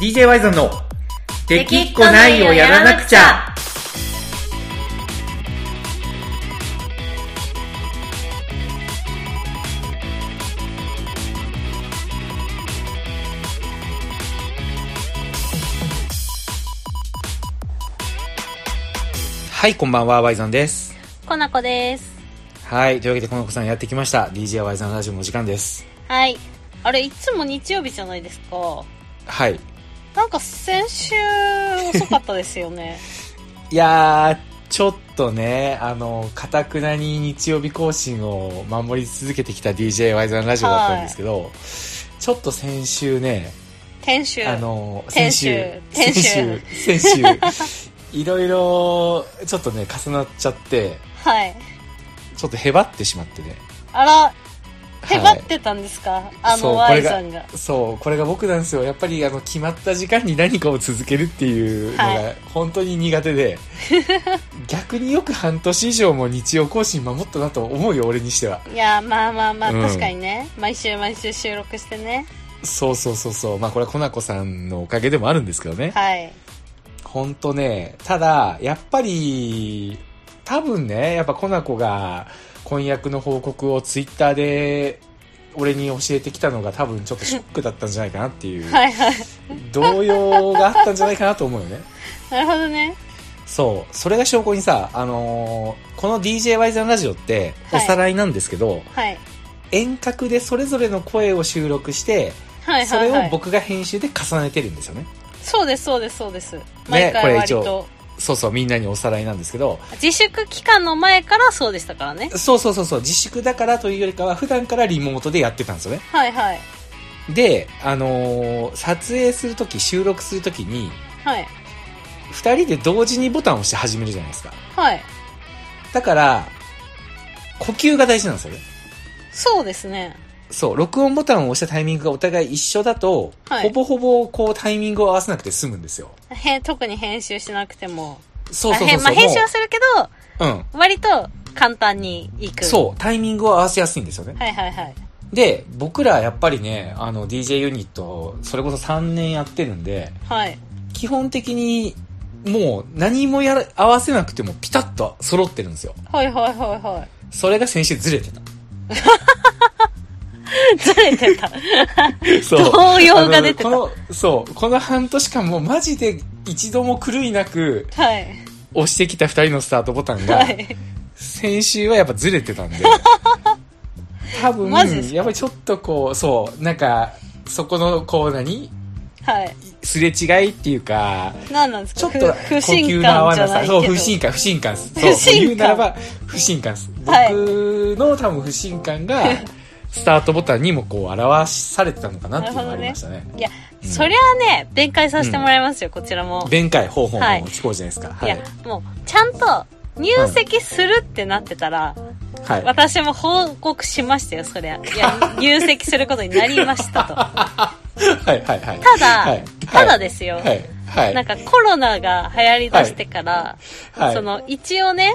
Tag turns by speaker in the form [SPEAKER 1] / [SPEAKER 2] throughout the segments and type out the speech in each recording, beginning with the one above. [SPEAKER 1] DJ ワイゾンの「できっこないをやらなくちゃ」はいこんばんはワイゾンです
[SPEAKER 2] コナコです
[SPEAKER 1] はいというわけでこの子さんやってきました DJ ワイゾンラジオの時間です
[SPEAKER 2] はいあれいつも日曜日じゃないですか
[SPEAKER 1] はい
[SPEAKER 2] なんか先週遅かったですよ ね
[SPEAKER 1] いやーちょっとねあのかたくなに日曜日更新を守り続けてきた DJ ワイザンラジオだったんですけど、ちょっと先週ね
[SPEAKER 2] 天週
[SPEAKER 1] あの先
[SPEAKER 2] 先週
[SPEAKER 1] 週先週先週いろいろちょっとね重なっちゃって
[SPEAKER 2] はい
[SPEAKER 1] ちょっとへばってしまってね
[SPEAKER 2] あら
[SPEAKER 1] はい
[SPEAKER 2] へばってたんですか、あ
[SPEAKER 1] そ
[SPEAKER 2] の
[SPEAKER 1] う
[SPEAKER 2] ワ
[SPEAKER 1] これ
[SPEAKER 2] イ
[SPEAKER 1] が
[SPEAKER 2] さんが
[SPEAKER 1] そうこれが僕なんですよやっぱりあの決まった時間に何かを続けるっていうの
[SPEAKER 2] は
[SPEAKER 1] が本当に苦手で、 逆によく半年以上も日曜更新守ったなと思うよ俺にしてはい
[SPEAKER 2] やまあまあまあ
[SPEAKER 1] うん
[SPEAKER 2] 確かにね、毎週毎週収録してね
[SPEAKER 1] そうそうそうそうまあこれはコナコさんのおかげでもあるんですけどね
[SPEAKER 2] はい
[SPEAKER 1] 本当ねただやっぱり多分ねやっぱコナコが婚約の報告をツイッターで俺に教えてきたのが多分ちょっとショックだったんじゃないかなっていう
[SPEAKER 2] はいはい
[SPEAKER 1] 動揺があったんじゃないかなと思うよね
[SPEAKER 2] なるほどね
[SPEAKER 1] そう、それが証拠にさ、あのーこの DJ ワイザンラジオって、
[SPEAKER 2] は
[SPEAKER 1] お
[SPEAKER 2] い
[SPEAKER 1] さらいなんですけど、
[SPEAKER 2] はい
[SPEAKER 1] 遠隔でそれぞれの声を収録して、
[SPEAKER 2] はい
[SPEAKER 1] そ
[SPEAKER 2] はい
[SPEAKER 1] れを
[SPEAKER 2] はい
[SPEAKER 1] 僕が編集で重ねてるんですよね。
[SPEAKER 2] そうですそうですそうです毎
[SPEAKER 1] こ
[SPEAKER 2] 回
[SPEAKER 1] れ
[SPEAKER 2] 割
[SPEAKER 1] 一応
[SPEAKER 2] と
[SPEAKER 1] そうそう、みんなにおさらいなんですけど、
[SPEAKER 2] 自粛期間の前からそうでしたからね
[SPEAKER 1] そうそうそうそう、自粛だからというよりかは、普段からリモートでやってたんですよね。
[SPEAKER 2] はいはい
[SPEAKER 1] で、あのー撮影するとき、収録するときに、
[SPEAKER 2] はい
[SPEAKER 1] 二人で同時にボタンを押して始めるじゃないですか。
[SPEAKER 2] はい
[SPEAKER 1] だから、呼吸が大事なんですよね。
[SPEAKER 2] そうですね
[SPEAKER 1] そう、録音ボタンを押したタイミングがお互い一緒だと、
[SPEAKER 2] はい
[SPEAKER 1] ほぼほぼこうタイミングを合わせなくて済むんですよ。
[SPEAKER 2] へ特に編集しなくても
[SPEAKER 1] そうそうそうそう。
[SPEAKER 2] あへまあ、編集は
[SPEAKER 1] も
[SPEAKER 2] するけ
[SPEAKER 1] ううん。
[SPEAKER 2] ど割と簡単にいく
[SPEAKER 1] そう、タイミングを合わせやすいんですよね。
[SPEAKER 2] はいはいはい
[SPEAKER 1] で、僕らやっぱりね、あの DJ ユニット、それこそ3年やってるんで、
[SPEAKER 2] はい
[SPEAKER 1] 基本的にもう何もやら合わせなくてもピタッと揃ってるんですよ。
[SPEAKER 2] はいはいはいは
[SPEAKER 1] それが先週ずれ てた。
[SPEAKER 2] いずれてた
[SPEAKER 1] そう
[SPEAKER 2] 動揺が出てた
[SPEAKER 1] あのこの、そう、この半年間もうマジで一度も狂いなく
[SPEAKER 2] はい
[SPEAKER 1] 押してきた2人のスタートボタン が、
[SPEAKER 2] はい
[SPEAKER 1] 先週はやっぱずれてたんで多分
[SPEAKER 2] マジですか
[SPEAKER 1] やっぱりちょっとこうそうなんかそこのこう何
[SPEAKER 2] はい
[SPEAKER 1] すれ違いっていうか
[SPEAKER 2] 何なんですか
[SPEAKER 1] ちょっと
[SPEAKER 2] ふ
[SPEAKER 1] 呼
[SPEAKER 2] 不信
[SPEAKER 1] 吸の合
[SPEAKER 2] 感
[SPEAKER 1] わ
[SPEAKER 2] じゃ
[SPEAKER 1] な
[SPEAKER 2] ない
[SPEAKER 1] さ
[SPEAKER 2] け
[SPEAKER 1] そ
[SPEAKER 2] ど
[SPEAKER 1] う不信感不信感そう
[SPEAKER 2] 不信感
[SPEAKER 1] 言うならば不信感です僕
[SPEAKER 2] はい
[SPEAKER 1] の多分不信感がスタートボタンにもこう表されてたのかなっていうのがありましたね
[SPEAKER 2] いやそりゃあね弁解させてもらいますよ、こちらも
[SPEAKER 1] 弁解方法も
[SPEAKER 2] はい
[SPEAKER 1] 聞こうじゃないですかはいい
[SPEAKER 2] や、もう、ちゃんと、入籍するってなってたら、
[SPEAKER 1] はい
[SPEAKER 2] 私も報告しましたよ、そりゃ。いや、入籍することになりましたと。た
[SPEAKER 1] はいはいはい
[SPEAKER 2] だ、
[SPEAKER 1] はい
[SPEAKER 2] ただですよ、
[SPEAKER 1] はいはい
[SPEAKER 2] なんかコロナが流行り出してから、
[SPEAKER 1] はい
[SPEAKER 2] その、一応ね、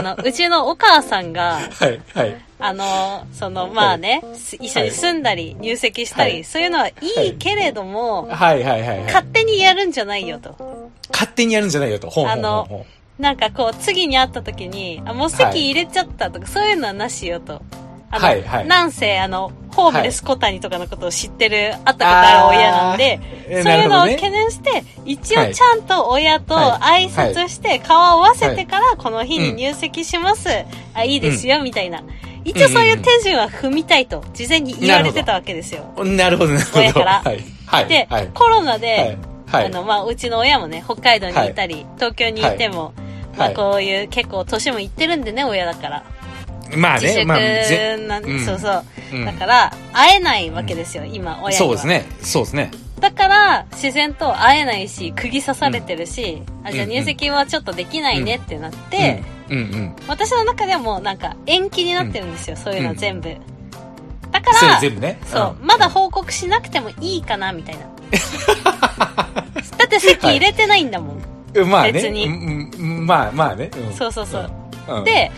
[SPEAKER 2] の、うちのお母さんが、
[SPEAKER 1] はいはい
[SPEAKER 2] あの、その、まあね、す一緒に住んだり、入籍したり、
[SPEAKER 1] はい
[SPEAKER 2] そういうのはいいけれども、
[SPEAKER 1] はいはいはいはい
[SPEAKER 2] 勝手にやるんじゃないよと。
[SPEAKER 1] 勝手にやるんじゃないよと。ほうほうほう
[SPEAKER 2] あ
[SPEAKER 1] ほう
[SPEAKER 2] なんかこう、次に会った時に、あ、
[SPEAKER 1] は
[SPEAKER 2] もう
[SPEAKER 1] い
[SPEAKER 2] 席入れちゃったとか、そういうのはなしよと。あの、
[SPEAKER 1] はいはい
[SPEAKER 2] なんせ、あの、ホームレス小谷とかのことを知ってる、会ったことある親なんで、
[SPEAKER 1] え
[SPEAKER 2] そういうのを
[SPEAKER 1] なるほど
[SPEAKER 2] 懸
[SPEAKER 1] ね
[SPEAKER 2] 念して、一
[SPEAKER 1] は
[SPEAKER 2] 応
[SPEAKER 1] い
[SPEAKER 2] ちゃんと親と
[SPEAKER 1] はい
[SPEAKER 2] 挨拶して、顔を合わせてから、この日に入籍します。あ、いいですよ、みたいな。一応そういう手順は踏みたいと、事前に言われてたわけですよ。
[SPEAKER 1] なるほど、なるほど。
[SPEAKER 2] 親から
[SPEAKER 1] はい。はい。
[SPEAKER 2] で、
[SPEAKER 1] はい。
[SPEAKER 2] コロナ
[SPEAKER 1] は
[SPEAKER 2] で
[SPEAKER 1] い、。は
[SPEAKER 2] あ
[SPEAKER 1] い。
[SPEAKER 2] の、まあ、うちの親もね、北海道にいたり、東京にいても、ま
[SPEAKER 1] は
[SPEAKER 2] あ、
[SPEAKER 1] い
[SPEAKER 2] こういう、結構、年もいってるんでね、親だから。
[SPEAKER 1] まあ
[SPEAKER 2] 自
[SPEAKER 1] ね、
[SPEAKER 2] 粛
[SPEAKER 1] まあ、ぜ
[SPEAKER 2] なん、
[SPEAKER 1] うん
[SPEAKER 2] そうそう。
[SPEAKER 1] うん
[SPEAKER 2] だから、会えないわけですよ、今、親には。
[SPEAKER 1] そうですね。そうですね。
[SPEAKER 2] だから、自然と会えないし、釘刺されてるし、あ、じゃあ
[SPEAKER 1] うん
[SPEAKER 2] 入籍はちょっとできないねってなって、
[SPEAKER 1] うん、うん、うん。
[SPEAKER 2] 私の中ではもうなんか、延期になってるんですよ、そういうの全部。だか
[SPEAKER 1] それ
[SPEAKER 2] ら、
[SPEAKER 1] 全部ね。
[SPEAKER 2] そう、まだ報告しなくてもいいかな、みたいな。だって席入れてないんだもん。
[SPEAKER 1] うん。まあね。
[SPEAKER 2] 別に
[SPEAKER 1] うんうんまあまあね。うん
[SPEAKER 2] そうそうそう。
[SPEAKER 1] うん
[SPEAKER 2] で、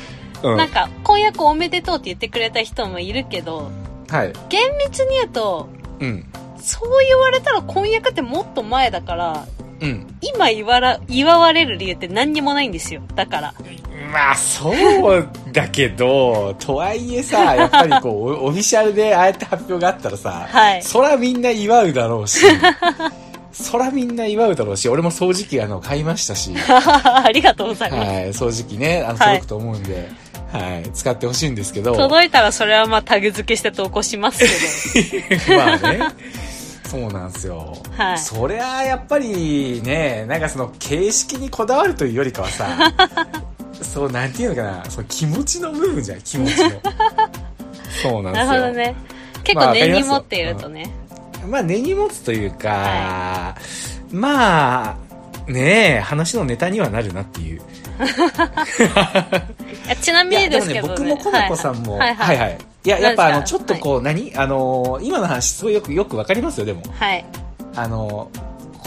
[SPEAKER 1] うん
[SPEAKER 2] なんか、婚約おめでとうって言ってくれた人もいるけど、
[SPEAKER 1] はい。
[SPEAKER 2] 厳密に言うと、
[SPEAKER 1] うん。
[SPEAKER 2] そう言われたら婚約ってもっと前だから、
[SPEAKER 1] うん。
[SPEAKER 2] 今祝ら祝われる理由って何にもないんですよ。だから。
[SPEAKER 1] まあ、そうだけど、 とはいえ さ、やっぱりこう、オオフィシャルでああやって発表があったらさ、
[SPEAKER 2] はい
[SPEAKER 1] そらみんな祝うだろうし、 そらみんな祝うだろうし、俺も掃除機あの買いましたし、
[SPEAKER 2] ありがとうございます。
[SPEAKER 1] はい、掃除機ね、あの、
[SPEAKER 2] は
[SPEAKER 1] 届
[SPEAKER 2] い
[SPEAKER 1] くと思うんで、はい、使ってほしいんですけど、
[SPEAKER 2] 届いたらそれはまあタグ付けして投稿しますけ ど。
[SPEAKER 1] まあね。そうなんですよ。
[SPEAKER 2] はい
[SPEAKER 1] そりゃ、やっぱりね、なんかその形式にこだわるというよりかは さ、そう、なんていうのかな、その気持ちの部分じゃん、気持 ちの。そうなんです
[SPEAKER 2] な
[SPEAKER 1] よ。
[SPEAKER 2] るほどね。結
[SPEAKER 1] まあ
[SPEAKER 2] 構
[SPEAKER 1] わかり
[SPEAKER 2] 根
[SPEAKER 1] ます
[SPEAKER 2] に持っているとね。
[SPEAKER 1] まあ、根に持つというか、
[SPEAKER 2] は
[SPEAKER 1] まあ、ねえ、話のネタにはなるなっていう。
[SPEAKER 2] いやちなみにですけどね。
[SPEAKER 1] いやでもね、僕もコナコさんも、
[SPEAKER 2] はいはい。はいはい
[SPEAKER 1] いいや、やっぱあ
[SPEAKER 2] なん
[SPEAKER 1] の、
[SPEAKER 2] で
[SPEAKER 1] ち
[SPEAKER 2] す
[SPEAKER 1] ょ
[SPEAKER 2] か
[SPEAKER 1] っとこう、何あのー、今の話、すごいよく、よくわかりますよ、でも。
[SPEAKER 2] はい
[SPEAKER 1] あの、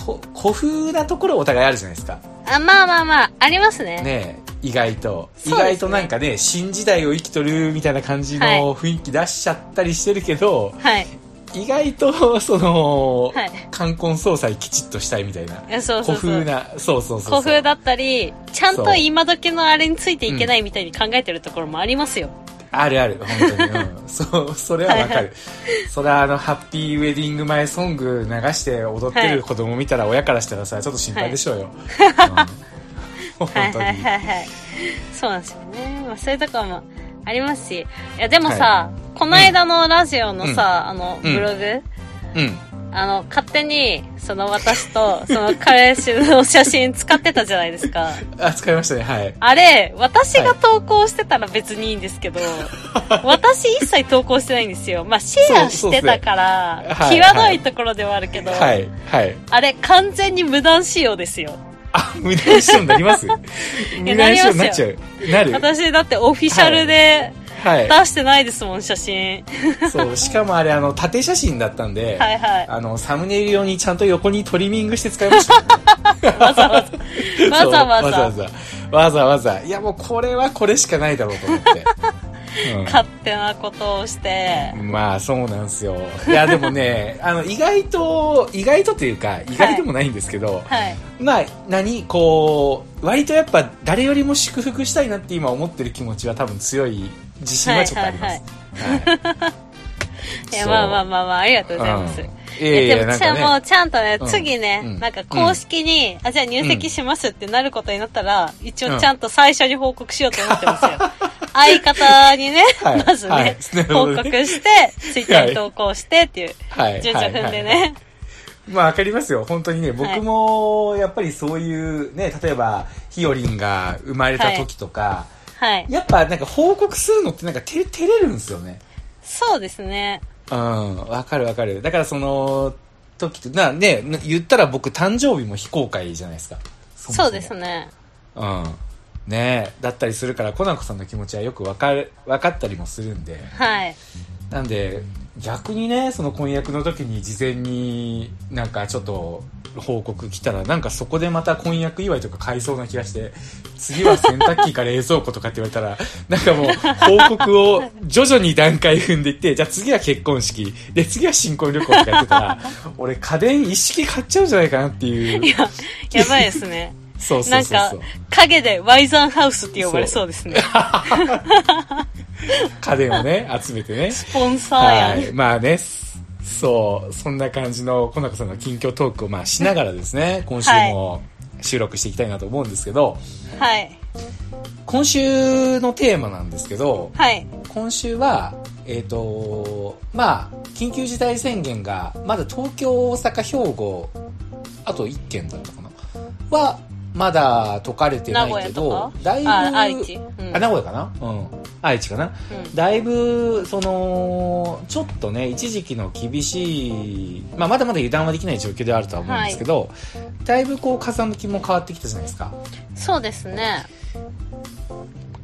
[SPEAKER 1] こ古風なところお互いあるじゃないですか。
[SPEAKER 2] あ、まあまあまあ、ありますね。
[SPEAKER 1] ねえ意外と、意
[SPEAKER 2] そうですね
[SPEAKER 1] 外となんかね、新時代を生きとるみたいな感じ
[SPEAKER 2] はい
[SPEAKER 1] の雰囲気出しちゃったりしてるけど、
[SPEAKER 2] はい。
[SPEAKER 1] 意外と、 その、
[SPEAKER 2] はい
[SPEAKER 1] 冠婚葬祭きちっとしたいみたいな。
[SPEAKER 2] いやそうそ
[SPEAKER 1] 古
[SPEAKER 2] うそう。
[SPEAKER 1] 風な、そうそうそうそう。
[SPEAKER 2] 古風だったり、ちゃん
[SPEAKER 1] そ
[SPEAKER 2] と
[SPEAKER 1] う
[SPEAKER 2] 今時のあれについていけないみたいに考えてるところもありますよ。
[SPEAKER 1] あるある、本当に。 うん、そう、それはわかる。
[SPEAKER 2] はいは
[SPEAKER 1] それはあの、ハッピーウェディング前ソング流して踊ってる子供見たら、親からしたらさ、ちょっと心配でしょうよ。うん
[SPEAKER 2] は
[SPEAKER 1] 本
[SPEAKER 2] い
[SPEAKER 1] 当
[SPEAKER 2] はい
[SPEAKER 1] に。
[SPEAKER 2] はいはい。そうなんですよね。まあそういうところもありますし。いやでもさ、この間のラジオのさ、あの、
[SPEAKER 1] うん
[SPEAKER 2] ブログ、
[SPEAKER 1] うん。
[SPEAKER 2] あの、勝手に、その私と、その彼氏の写真使ってたじゃないで すか。
[SPEAKER 1] あ、使いましたね、はい。
[SPEAKER 2] あれ、私が投稿してたら別にいいんですけど、私一切投稿してないんですよ。まあ、シェアしてたか
[SPEAKER 1] そう
[SPEAKER 2] ら、
[SPEAKER 1] そうっすねはい
[SPEAKER 2] 際どいところではあるけど、
[SPEAKER 1] はい、はい。
[SPEAKER 2] あれ、完全に無断使用ですよ。
[SPEAKER 1] あ、無駄にしようになります 無駄にしようになっちゃう。なる。
[SPEAKER 2] 私、だってオフィシャルで
[SPEAKER 1] は
[SPEAKER 2] 出
[SPEAKER 1] い。
[SPEAKER 2] してないですもん、写真。
[SPEAKER 1] そう、しかもあれ、あの、縦写真だったんで、
[SPEAKER 2] はいはい
[SPEAKER 1] あの、サムネイル用にちゃんと横にトリミングして使いましたね、
[SPEAKER 2] わざわざ。 わざわ
[SPEAKER 1] そうわざわ
[SPEAKER 2] ざ。
[SPEAKER 1] ざ。わざわざ。いや、もうこれはこれしかないだろうと思って。うん
[SPEAKER 2] 勝手なことをして、
[SPEAKER 1] まあそうなんですよいやでもねあの意外と意外とというか意外でもないんですけど、
[SPEAKER 2] はい。
[SPEAKER 1] まあ何こう割とやっぱ誰よりも祝福したいなって今思ってる気持ちは多分強い自信はちょっとあります
[SPEAKER 2] いや、まあまあまあまあ、ありがとうございます。
[SPEAKER 1] いやいや
[SPEAKER 2] でも
[SPEAKER 1] なん
[SPEAKER 2] ち
[SPEAKER 1] か
[SPEAKER 2] ゃん、も
[SPEAKER 1] ね
[SPEAKER 2] うちゃんとね
[SPEAKER 1] う、ん
[SPEAKER 2] 次ね、
[SPEAKER 1] うん
[SPEAKER 2] なんか公式に、あ、じゃあ入籍しますってなることになったら、一応ちゃんと最初に報告しようと思って ますよ。相方にね、
[SPEAKER 1] はい
[SPEAKER 2] まずね、
[SPEAKER 1] はいなるほ
[SPEAKER 2] 報
[SPEAKER 1] どね
[SPEAKER 2] 告して、ツイッターに投稿してっていう、
[SPEAKER 1] はい
[SPEAKER 2] 順序踏んで
[SPEAKER 1] はいは
[SPEAKER 2] ね。
[SPEAKER 1] まあわかりますよ本当にね僕もやっぱりそういうね例えばひよりんが生まれた時とか、
[SPEAKER 2] はい。
[SPEAKER 1] やっぱなんか報告するのってなんか照照れるんですよね
[SPEAKER 2] そうですね。
[SPEAKER 1] うん、わかるわかる。だからその時って、な、ね、な言ったら僕誕生日も非公開じゃないですか。そもそも
[SPEAKER 2] そうです。ね。
[SPEAKER 1] うん。ねだったりするから、コナコさんの気持ちはよくわかる、わかったりもするんで。
[SPEAKER 2] はい。
[SPEAKER 1] なんで、逆にね、その婚約の時に事前になんかちょっと報告来たら、なんかそこでまた婚約祝いとか買いそうな気がして、次は洗濯機か冷蔵庫とかって言われたら、なんかもう報告を徐々に段階踏んでいって、じゃあ次は結婚式、で次は新婚旅行とかやってたら、俺家電一式買っちゃうんじゃないかなっていう。
[SPEAKER 2] いや、やばいですね。
[SPEAKER 1] そうそ
[SPEAKER 2] な
[SPEAKER 1] うんそう
[SPEAKER 2] か
[SPEAKER 1] そう。、
[SPEAKER 2] 影でワイザンハウスって呼ばれそうですね。
[SPEAKER 1] 家電をね、集めてね。
[SPEAKER 2] スポンサーや
[SPEAKER 1] は
[SPEAKER 2] ん。
[SPEAKER 1] い、まあね、すそう、そんな感じの、こなこさんの近況トークを、まあ、しながらですね、今週も収録していきたいなと思うんですけど、
[SPEAKER 2] はい。
[SPEAKER 1] 今週のテーマなんですけど、
[SPEAKER 2] はい。
[SPEAKER 1] 今週は、えっ、と、まあ、緊急事態宣言が、まだ東京、大阪、兵庫、あと1県だったかな、は、まだ解かれてないけど、だいぶ、
[SPEAKER 2] あ、愛知。うん
[SPEAKER 1] あ、名古屋かなうん。愛知かな
[SPEAKER 2] うん
[SPEAKER 1] だいぶそのちょっとね一時期の厳しい、まあ、まだまだ油断はできない状況ではあるとは思うんですけど、だいぶこう風向きも変わってきたじゃないですか。
[SPEAKER 2] そうですね。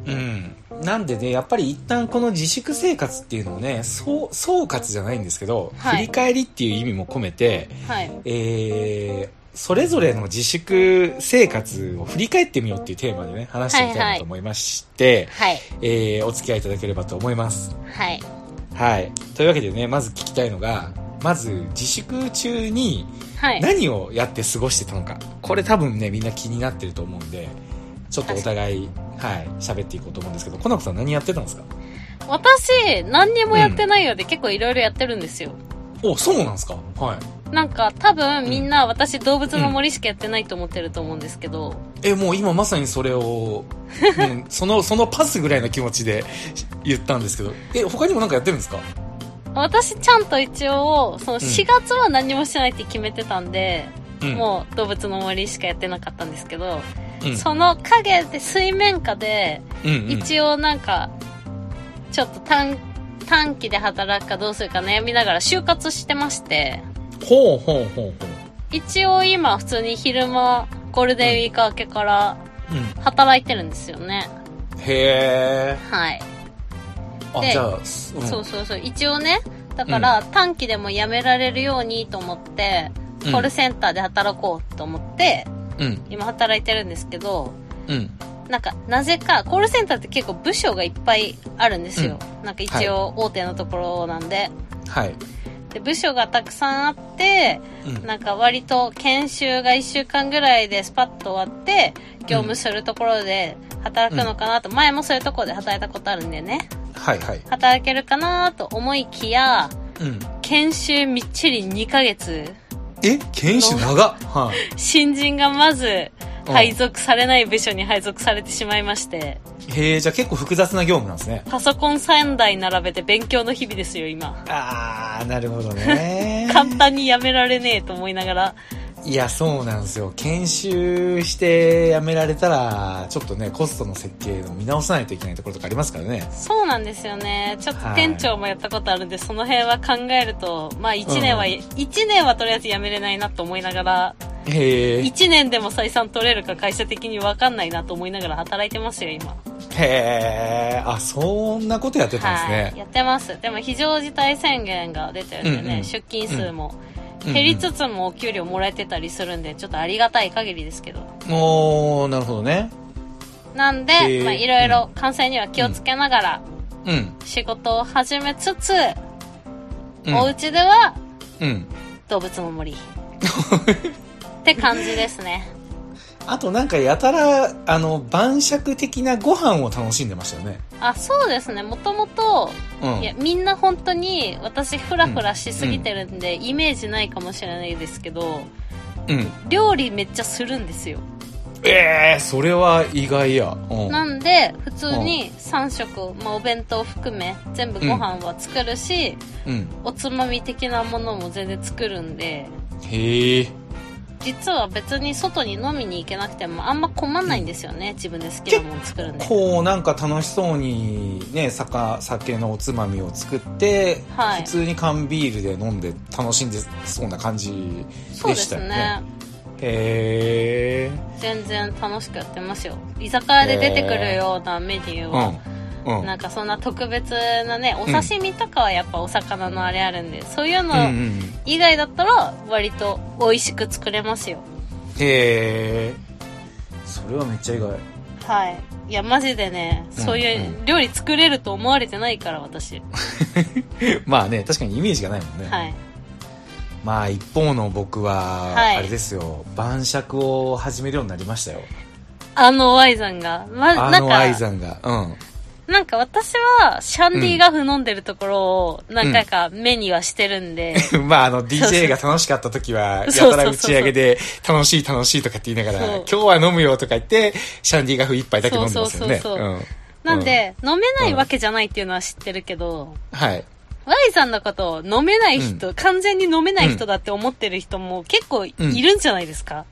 [SPEAKER 1] うん、なんでねやっぱり一旦この自粛生活っていうのをねそう総括じゃないんですけど、
[SPEAKER 2] はい
[SPEAKER 1] 振り返りっていう意味も込めて、
[SPEAKER 2] はい。
[SPEAKER 1] えーそれぞれの自粛生活を振り返ってみようっていうテーマでね話してみたいなと思いまして、
[SPEAKER 2] はい。
[SPEAKER 1] えーお付き合いいただければと思います。
[SPEAKER 2] はい。
[SPEAKER 1] はい。というわけでね、まず聞きたいのが、まず自粛中に
[SPEAKER 2] はい。
[SPEAKER 1] 何をやって過ごしてたのかこれ多分ねみんな気になってると思うんでちょっとお互いはい喋っていこうと思うんですけどコナコさん何やってたんですか
[SPEAKER 2] 私、何にもやってないようで、結構いろいろやってるんですよ。
[SPEAKER 1] おそうなんですかはい
[SPEAKER 2] なんか、多分みんな私動物の森しかやってないと思ってると思うんですけど、
[SPEAKER 1] えもう今まさにそれを、うん そのそのパスぐらいの気持ちで言ったんですけどえ他にも何かやってるんですか
[SPEAKER 2] 私ちゃんと一応、その4月は何もしてないって決めてたんで、
[SPEAKER 1] うん
[SPEAKER 2] もう動物の森しかやってなかったんですけど、
[SPEAKER 1] うん
[SPEAKER 2] その影で水面下で、
[SPEAKER 1] うんうん
[SPEAKER 2] 一応なんか、ちょっと短短期で働くかどうするか悩みながら就活してまして、
[SPEAKER 1] ほうほうほうほ
[SPEAKER 2] 一応今普通に昼間、ゴールデンウィーク明けから
[SPEAKER 1] う、うん、
[SPEAKER 2] 働いてるんですよね。
[SPEAKER 1] へえ
[SPEAKER 2] はい。
[SPEAKER 1] あ
[SPEAKER 2] で
[SPEAKER 1] じゃあ、すうん、
[SPEAKER 2] そうそうそう。一応ね、だから短期でも辞められるようにと思って、
[SPEAKER 1] うん
[SPEAKER 2] コールセンターで働こうと思って、
[SPEAKER 1] うん
[SPEAKER 2] 今働いてるんですけど、
[SPEAKER 1] うん
[SPEAKER 2] なんか、なぜか、コールセンターって結構部署がいっぱいあるんですよ。なんか一応大手のところなんで。
[SPEAKER 1] はい、
[SPEAKER 2] で、部署がたくさんあって、
[SPEAKER 1] うん、
[SPEAKER 2] なんか割と研修が1週間ぐらいでスパッと終わって、業務するところで働くのかなと、前もそういうところで働いたことあるんでね、
[SPEAKER 1] はいはい
[SPEAKER 2] 働けるかなと思いきや、
[SPEAKER 1] うん
[SPEAKER 2] 研修みっちり2ヶ月、
[SPEAKER 1] え研修長っはい
[SPEAKER 2] 新人がまず
[SPEAKER 1] うん
[SPEAKER 2] 配属されない部署に配属されてしまいまして、
[SPEAKER 1] へえじゃあ結構複雑な業務なんですね
[SPEAKER 2] パソコン3台並べて勉強の日々ですよ、今。
[SPEAKER 1] ああなるほど ね
[SPEAKER 2] 簡単にやめられねえと思いながら、
[SPEAKER 1] いやそうなんですよ研修してやめられたらちょっとねコストの設計の見直さないといけないところとかありますからね
[SPEAKER 2] そうなんですよね。ちょっと
[SPEAKER 1] はい
[SPEAKER 2] 店長もやったことあるんで、その辺は考えると、まあ1年は、
[SPEAKER 1] うん
[SPEAKER 2] 一年はとりあえずやめれないなと思いながら、
[SPEAKER 1] へえへ
[SPEAKER 2] 1年でも採算取れるか会社的にわかんないなと思いながら働いてますよ、今。
[SPEAKER 1] えあそんなことやってたんです
[SPEAKER 2] は
[SPEAKER 1] ね、
[SPEAKER 2] い。やってます。でも非常事態宣言が出てるんでね、
[SPEAKER 1] うんうん
[SPEAKER 2] 出勤数も
[SPEAKER 1] うんうん
[SPEAKER 2] 減りつつもお給料もらえてたりするんで、ちょっとありがたい限りですけど。
[SPEAKER 1] おーなるほどね
[SPEAKER 2] なんで、
[SPEAKER 1] へー
[SPEAKER 2] まあいろいろ感染には気をつけながら
[SPEAKER 1] うん
[SPEAKER 2] 仕事を始めつつ、
[SPEAKER 1] うん
[SPEAKER 2] お家では
[SPEAKER 1] うん
[SPEAKER 2] 動物の森って感じですね
[SPEAKER 1] あとなんかやたらあの晩酌的なご飯を楽しんでましたよね
[SPEAKER 2] あそうですねもともと
[SPEAKER 1] うん
[SPEAKER 2] いやみんな本当に私フラフラしすぎてるんで、イメージないかもしれないですけど
[SPEAKER 1] うん
[SPEAKER 2] 料理めっちゃするんですよ
[SPEAKER 1] ええそれは意外やうん
[SPEAKER 2] なんで普通に3食、まあ、お弁当含め全部ご飯は作るし、
[SPEAKER 1] うん
[SPEAKER 2] おつまみ的なものも全然作るんで
[SPEAKER 1] へえ
[SPEAKER 2] 実は別に外に飲みに行けなくてもあんま困んないんですよね、自分で好きなもの作るんで
[SPEAKER 1] こうなんか楽しそうにね酒酒のおつまみを作って、
[SPEAKER 2] はい
[SPEAKER 1] 普通に缶ビールで飲んで楽しんでそうな感じ
[SPEAKER 2] そう
[SPEAKER 1] で
[SPEAKER 2] で
[SPEAKER 1] し
[SPEAKER 2] す
[SPEAKER 1] たよ
[SPEAKER 2] ね
[SPEAKER 1] ねへ
[SPEAKER 2] 全然楽しくやってますよ居酒屋で出てくるようなメニュー
[SPEAKER 1] え
[SPEAKER 2] は、
[SPEAKER 1] うんうん
[SPEAKER 2] なんかそんな特別なねお刺身とかはやっぱお魚のあれあるんで、そういうの
[SPEAKER 1] うんうん
[SPEAKER 2] 以外だったら割と美味しく作れますよ
[SPEAKER 1] へえそれはめっちゃ意外
[SPEAKER 2] はいいやマジでねそうい
[SPEAKER 1] ん
[SPEAKER 2] うう料理作れると思われてないから私、
[SPEAKER 1] まあね確かにイメージがないもんね、
[SPEAKER 2] はい
[SPEAKER 1] まあ一方の僕は、
[SPEAKER 2] はい
[SPEAKER 1] あれですよ晩酌を始めるようになりましたよ
[SPEAKER 2] あの Y さんが、
[SPEAKER 1] あ
[SPEAKER 2] ま、なん
[SPEAKER 1] の愛
[SPEAKER 2] か
[SPEAKER 1] さんがうん
[SPEAKER 2] なんか私はシャンディガフ飲んでるところを何回か目にはしてるんで、
[SPEAKER 1] まあ、あの、DJ が楽しかった時は、や
[SPEAKER 2] そうそう
[SPEAKER 1] たら打ち上げで、楽しい楽しいとかって言いながら、
[SPEAKER 2] そう
[SPEAKER 1] 今日は飲むよとか言って、シャンディガフ一杯だけ飲んでますよね。
[SPEAKER 2] そうそうそうそうんなん、で、飲めないわけじゃないっていうのは知ってるけど、
[SPEAKER 1] うんはい。
[SPEAKER 2] Y さんのことを飲めない人、完全に飲めない人だって思ってる人も結構いるんじゃないですか、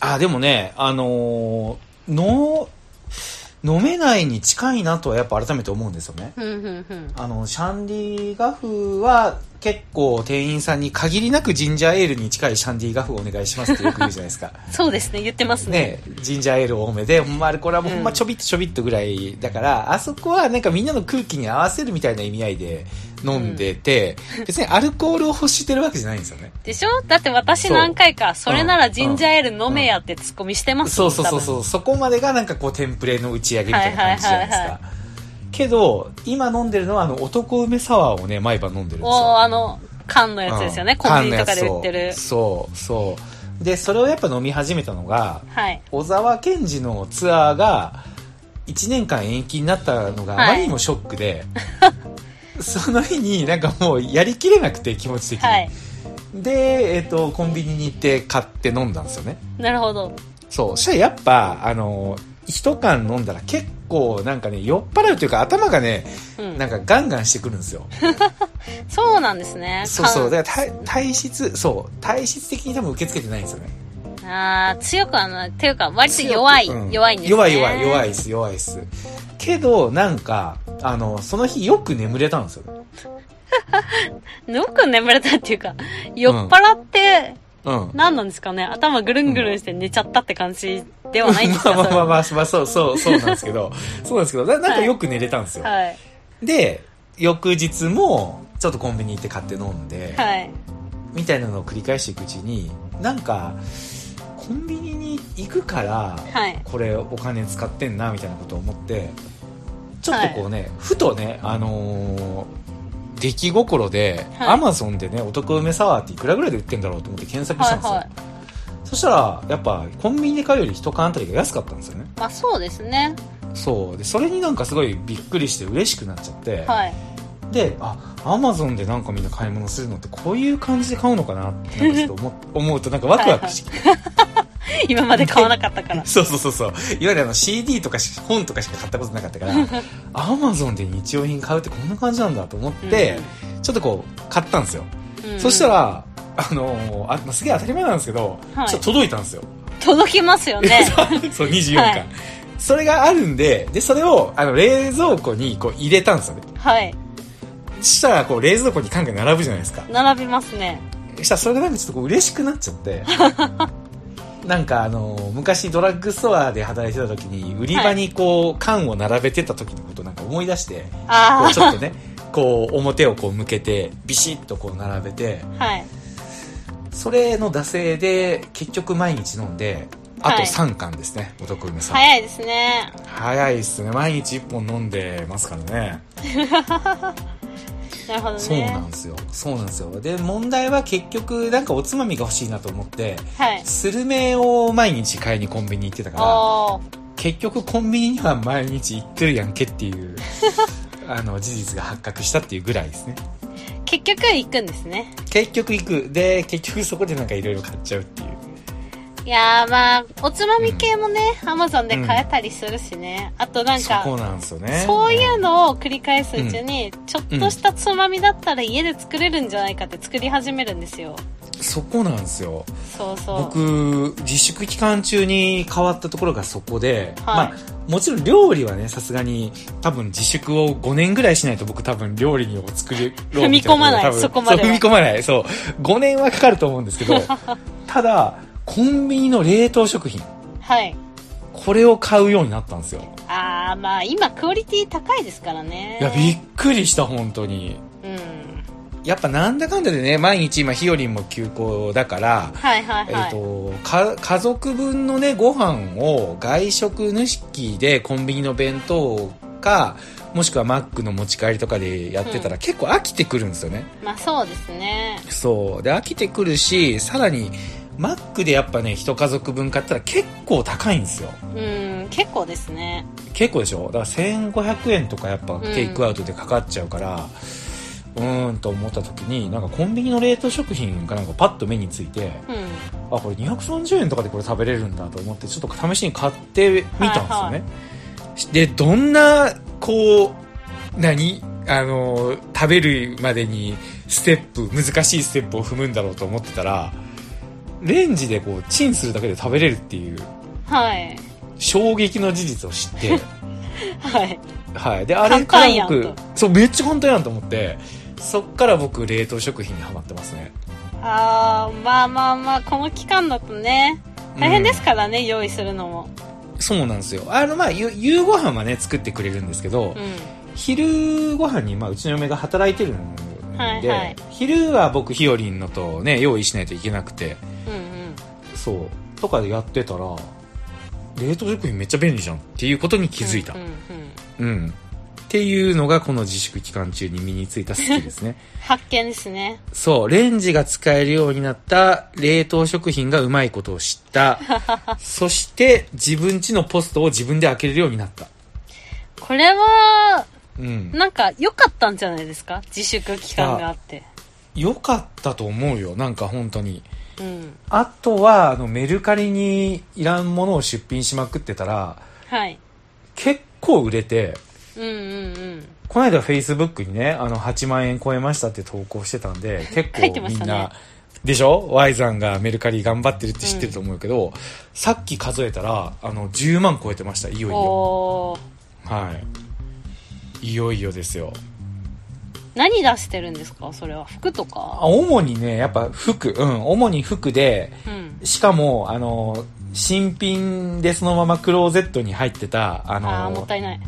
[SPEAKER 1] あ、でもね、あのーの、飲めないに近いなとはやっぱ改めて思うんですよね。
[SPEAKER 2] うん、うんうんうん
[SPEAKER 1] あの、シャンディガフは、結構店員さんに限りなくジンジャーエールに近いシャンディガフお願いしますってよく言うじゃないですか。
[SPEAKER 2] そうですね、言ってますね。
[SPEAKER 1] ね、ジンジャーエール多めで、ほんまあれこれはもうほんまちょびっとちょびっとぐらいだから、あそこはなんかみんなの空気に合わせるみたいな意味合いで飲んでて、別にアルコールを欲してるわけじゃないんですよね。
[SPEAKER 2] でしょだって私何回か、それならジンジャーエール飲めやってツッコミしてます
[SPEAKER 1] そ
[SPEAKER 2] も
[SPEAKER 1] うんそうそう
[SPEAKER 2] 多
[SPEAKER 1] そ
[SPEAKER 2] 分
[SPEAKER 1] う、そこまでがなんかこうテンプレの打ち上げみたいな感じじゃないですか。
[SPEAKER 2] はいはいはい
[SPEAKER 1] けど、今飲んでるのはあの男梅サワーをね、毎晩飲んでるんです
[SPEAKER 2] おー
[SPEAKER 1] よ。
[SPEAKER 2] あの、缶のやつですよね、コンビニとかで売ってる
[SPEAKER 1] そうそうそうでそれをやっぱ飲み始めたのが
[SPEAKER 2] はい
[SPEAKER 1] 小沢健二のツアーが1年間延期になったのがあまりにもショックで、 その日になんかもうやりきれなくて気持ち的に、
[SPEAKER 2] はい
[SPEAKER 1] で、えっとコンビニに行って買って飲んだんですよね
[SPEAKER 2] なるほど
[SPEAKER 1] そうそしたらやっぱあの一缶飲んだら結構なんかね酔っ払うというか頭がね
[SPEAKER 2] うん
[SPEAKER 1] なんかガンガンしてくるんですよ
[SPEAKER 2] そうなんですね
[SPEAKER 1] そうそう
[SPEAKER 2] 缶
[SPEAKER 1] だから体体質そう体質的に多分受け付けてないんですよね
[SPEAKER 2] あー強くはないっていうか割と弱い、
[SPEAKER 1] うん
[SPEAKER 2] 弱いんですね
[SPEAKER 1] 弱い弱い弱いです弱いですけどなんかあのその日よく眠れたんですよ
[SPEAKER 2] よく眠れたっていうか酔っ払って、
[SPEAKER 1] うん
[SPEAKER 2] 何なんですかね頭ぐるんぐるんして寝ちゃったって感じではないんです
[SPEAKER 1] まあまあ
[SPEAKER 2] か、それ
[SPEAKER 1] まあまあ、まあ、そうそうそうなんですけど そうなんですけどななんかよく寝れたんですよ、
[SPEAKER 2] はい
[SPEAKER 1] で翌日もちょっとコンビニ行って買って飲んで、
[SPEAKER 2] はい
[SPEAKER 1] みたいなのを繰り返していくうちになんかコンビニに行くから
[SPEAKER 2] はい
[SPEAKER 1] これお金使ってんなみたいなことを思ってちょっとこうね、ふとねあのー出来心で、
[SPEAKER 2] はい
[SPEAKER 1] アマゾンでねお得梅サワーっていくらぐらいで売ってんだろうと思って検索した
[SPEAKER 2] はい
[SPEAKER 1] んですよ、
[SPEAKER 2] はい
[SPEAKER 1] そしたらやっぱコンビニで買うより一缶あたりが安かったんですよね
[SPEAKER 2] まあそうですね
[SPEAKER 1] そうでそれになんかすごいびっくりして嬉しくなっちゃって、
[SPEAKER 2] はい
[SPEAKER 1] であアマゾンでなんかみんな買い物するのってこういう感じで買うのかなってなんかちょっと思っ思うとなんかワクワクしてきて、
[SPEAKER 2] 今まで買わなかっ たから
[SPEAKER 1] そうそうそうそういわゆるあの CD とかし本とかしか買ったことなかった からアマゾンで日用品買うってこんな感じなんだと思って、ちょっとこう買ったんですよ、
[SPEAKER 2] うんうん
[SPEAKER 1] そしたらあのーあまあすげえ当たり前なんですけど、
[SPEAKER 2] はい
[SPEAKER 1] ちょっと届いたんですよ、
[SPEAKER 2] 届きます よね
[SPEAKER 1] そう24巻、
[SPEAKER 2] はい
[SPEAKER 1] それがあるんででそれをあの冷蔵庫にこう入れたんですよね
[SPEAKER 2] はい
[SPEAKER 1] そしたらこう冷蔵庫に缶が並ぶじゃないですか
[SPEAKER 2] 並びますね
[SPEAKER 1] そしたらそれがなんかちょっとこう嬉しくなっちゃって なんかあの昔ドラッグストアで働いてた時に売り場にこう缶を並べてた時のことなんか思い出して、こ
[SPEAKER 2] あ
[SPEAKER 1] うちょっとねこう表をこう向けてビシッとこう並べて
[SPEAKER 2] あはい
[SPEAKER 1] それの惰性で結局毎日飲んであと
[SPEAKER 2] はい
[SPEAKER 1] 3缶ですね、お得梅さん
[SPEAKER 2] 早いですね
[SPEAKER 1] 早いっすね毎日1本飲んでますからね
[SPEAKER 2] なるほどね
[SPEAKER 1] そうなんですよそうなんですよで問題は結局なんかおつまみが欲しいなと思って
[SPEAKER 2] はい
[SPEAKER 1] スルメを毎日買いにコンビニ行ってたから
[SPEAKER 2] おー
[SPEAKER 1] 結局コンビニには毎日行ってるやんけっていう あの事実が発覚したっていうぐらいですね
[SPEAKER 2] 結局行くんですね
[SPEAKER 1] 結局行くで結局そこでなんかいろいろ買っちゃうっていう
[SPEAKER 2] いやーまあおつまみ系もね、アマゾンで買えたりするしね、あとなん
[SPEAKER 1] そ
[SPEAKER 2] か
[SPEAKER 1] こなんですよね
[SPEAKER 2] そういうのを繰り返すうちに、ちょっとしたつまみだったら家で作れるんじゃないかって作り始めるんですよ。
[SPEAKER 1] そこなんですよ
[SPEAKER 2] そうそう。
[SPEAKER 1] 僕自粛期間中に変わったところがそこで、
[SPEAKER 2] はい
[SPEAKER 1] まあもちろん料理はねさすがに多分自粛を5年ぐらいしないと僕多分料理にを作る
[SPEAKER 2] 踏み込まない
[SPEAKER 1] 多分
[SPEAKER 2] そこまでは
[SPEAKER 1] う踏み込まないそう5年はかかると思うんですけ どただコンビニの冷凍食品
[SPEAKER 2] はい。
[SPEAKER 1] これを買うようになったんですよ
[SPEAKER 2] あーまあ今クオリティ高いですからね。
[SPEAKER 1] いやびっくりした本当に
[SPEAKER 2] うん。
[SPEAKER 1] やっぱなんだかんだでね毎日今日和も休校だから
[SPEAKER 2] はいはい
[SPEAKER 1] え
[SPEAKER 2] は
[SPEAKER 1] っ
[SPEAKER 2] い。
[SPEAKER 1] とか家族分のねご飯を外食主式でコンビニの弁当かもしくはマックの持ち帰りとかでやってたら、
[SPEAKER 2] う
[SPEAKER 1] 結構飽きてくるんですよね
[SPEAKER 2] まあそうですね。
[SPEAKER 1] そうで飽きてくるしさらにマックでやっぱね一家族分買ったら結構高いんですよ
[SPEAKER 2] うん、結構ですね。
[SPEAKER 1] 結構でしょだから1500円とかやっぱテイクアウトでかかっちゃうから、うーんと思った時になんかコンビニの冷凍食品がなんかパッと目について、
[SPEAKER 2] うん。
[SPEAKER 1] あこれ230円とかでこれ食べれるんだと思ってちょっと試しに買ってみたんですよね、
[SPEAKER 2] はいは
[SPEAKER 1] でどんなこう何あのー食べるまでにステップ難しいステップを踏むんだろうと思ってたらレンジでこうチンするだけで食べれるっていう
[SPEAKER 2] はい。
[SPEAKER 1] 衝撃の事実を知 って、
[SPEAKER 2] はい。
[SPEAKER 1] はい、であれ
[SPEAKER 2] 簡単やんと
[SPEAKER 1] 僕そうめっちゃ簡単やんと思ってそっから僕冷凍食品にはまってますね
[SPEAKER 2] あーまあまあまあ、この期間だとね、大変ですからね、用意するのも。
[SPEAKER 1] そうなんですよあのまあゆ夕ご飯はね作ってくれるんですけど、
[SPEAKER 2] う
[SPEAKER 1] 昼ご飯にまあうちの嫁が働いてるんで、
[SPEAKER 2] はいはい
[SPEAKER 1] 昼は僕ひよりんのとね用意しないといけなくて
[SPEAKER 2] ん。うん
[SPEAKER 1] そうとかでやってたら冷凍食品めっちゃ便利じゃんっていうことに気づいた
[SPEAKER 2] うん。うんうん
[SPEAKER 1] うん、っていうのがこの自粛期間中に身についたスキルですね。
[SPEAKER 2] 発見ですね。
[SPEAKER 1] そう、レンジが使えるようになった、冷凍食品がうまいことを知った。そして、自分家のポストを自分で開けれるようになった。
[SPEAKER 2] これは、
[SPEAKER 1] うん。
[SPEAKER 2] なんか良かったんじゃないですか自粛期間があって。
[SPEAKER 1] 良かったと思うよ、なんか本当に。
[SPEAKER 2] うん。
[SPEAKER 1] あとは、あの、メルカリにいらんものを出品しまくってたら、
[SPEAKER 2] はい。
[SPEAKER 1] 結構売れて、
[SPEAKER 2] うんうんうん。
[SPEAKER 1] この間 Facebook にね、あの、8万円超えましたって投稿してたん で、結
[SPEAKER 2] 書いて
[SPEAKER 1] 構
[SPEAKER 2] ま
[SPEAKER 1] み
[SPEAKER 2] し
[SPEAKER 1] ん
[SPEAKER 2] たね
[SPEAKER 1] な、でしょ ?Y さんがメルカリ頑張ってるって知ってると思うけど、さっき数えたら、あの、10万超えてました、いよいよ。
[SPEAKER 2] おー。
[SPEAKER 1] はい。いよいよですよ。
[SPEAKER 2] 何出してるんですかそれは。服と
[SPEAKER 1] あ
[SPEAKER 2] か
[SPEAKER 1] 主にね、やっぱ服、うん、主に服で、
[SPEAKER 2] うん。
[SPEAKER 1] しかも、あの、新品でそのままクローゼットに入ってた、あの、
[SPEAKER 2] あー、もったいない。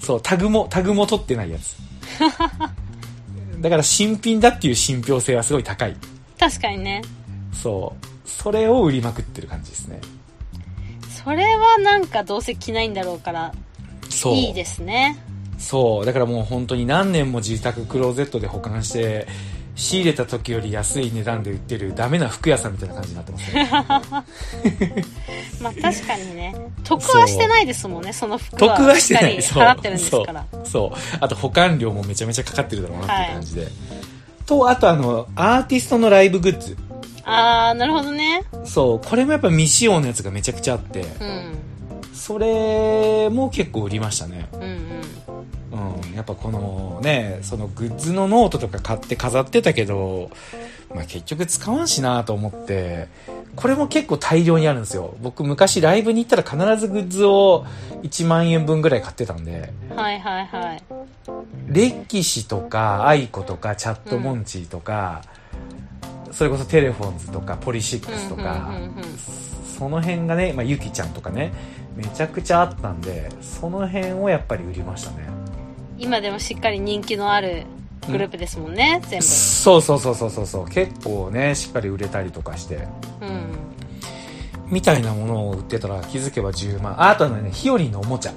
[SPEAKER 1] そう、タグも、タグも取ってないや つ。だから新品だっていう信憑性はすごい高い。
[SPEAKER 2] 確かにね。
[SPEAKER 1] そう。それを売りまくってる感じですね。
[SPEAKER 2] それはなんかどうせ着ないんだろうから、
[SPEAKER 1] そう。
[SPEAKER 2] いいですね。
[SPEAKER 1] そう。だからもう本当に何年も自宅クローゼットで保管して、仕入れた時より安い値段で売ってるダメな服屋さんみたいな感じになってます ね。
[SPEAKER 2] まあ確かにね。得はしてないですもんね、その服
[SPEAKER 1] 得
[SPEAKER 2] は。
[SPEAKER 1] はしてない。
[SPEAKER 2] しっ
[SPEAKER 1] そう。
[SPEAKER 2] かり払ってるんですから。
[SPEAKER 1] そう。そうあと保管料もめちゃめちゃかかってるだろうなっていう感じで。と、あとあの、アーティストのライブグッズ。
[SPEAKER 2] あー、なるほどね。
[SPEAKER 1] そう。これもやっぱ未使用のやつがめちゃくちゃあって。
[SPEAKER 2] うん。
[SPEAKER 1] それも結構売りましたね。
[SPEAKER 2] うんうん。
[SPEAKER 1] うん。やっぱこのね、そのグッズのノートとか買って飾ってたけど、まあ結局使わんしなと思って、これも結構大量にあるんですよ。僕昔ライブに行ったら必ずグッズを1万円分ぐらい買ってたんで、
[SPEAKER 2] はいはいはい。
[SPEAKER 1] 歴史とか、アイコとか、チャットモンチーとか、それこそテレフォンズとか、ポリシックスとか、
[SPEAKER 2] うんうんうんうん
[SPEAKER 1] その辺がね、まあ、ゆきちゃんとかね、めちゃくちゃあったんで、その辺をやっぱり売りましたね。
[SPEAKER 2] 今でもしっかり人気のあるグループですもんね、全
[SPEAKER 1] そうそうそうそうそうそう、結構ね、しっかり売れたりとかして、
[SPEAKER 2] 部。うん。
[SPEAKER 1] みたいなものを売ってたら気づけば10万。ああとはね、ひよりんのおもちゃ。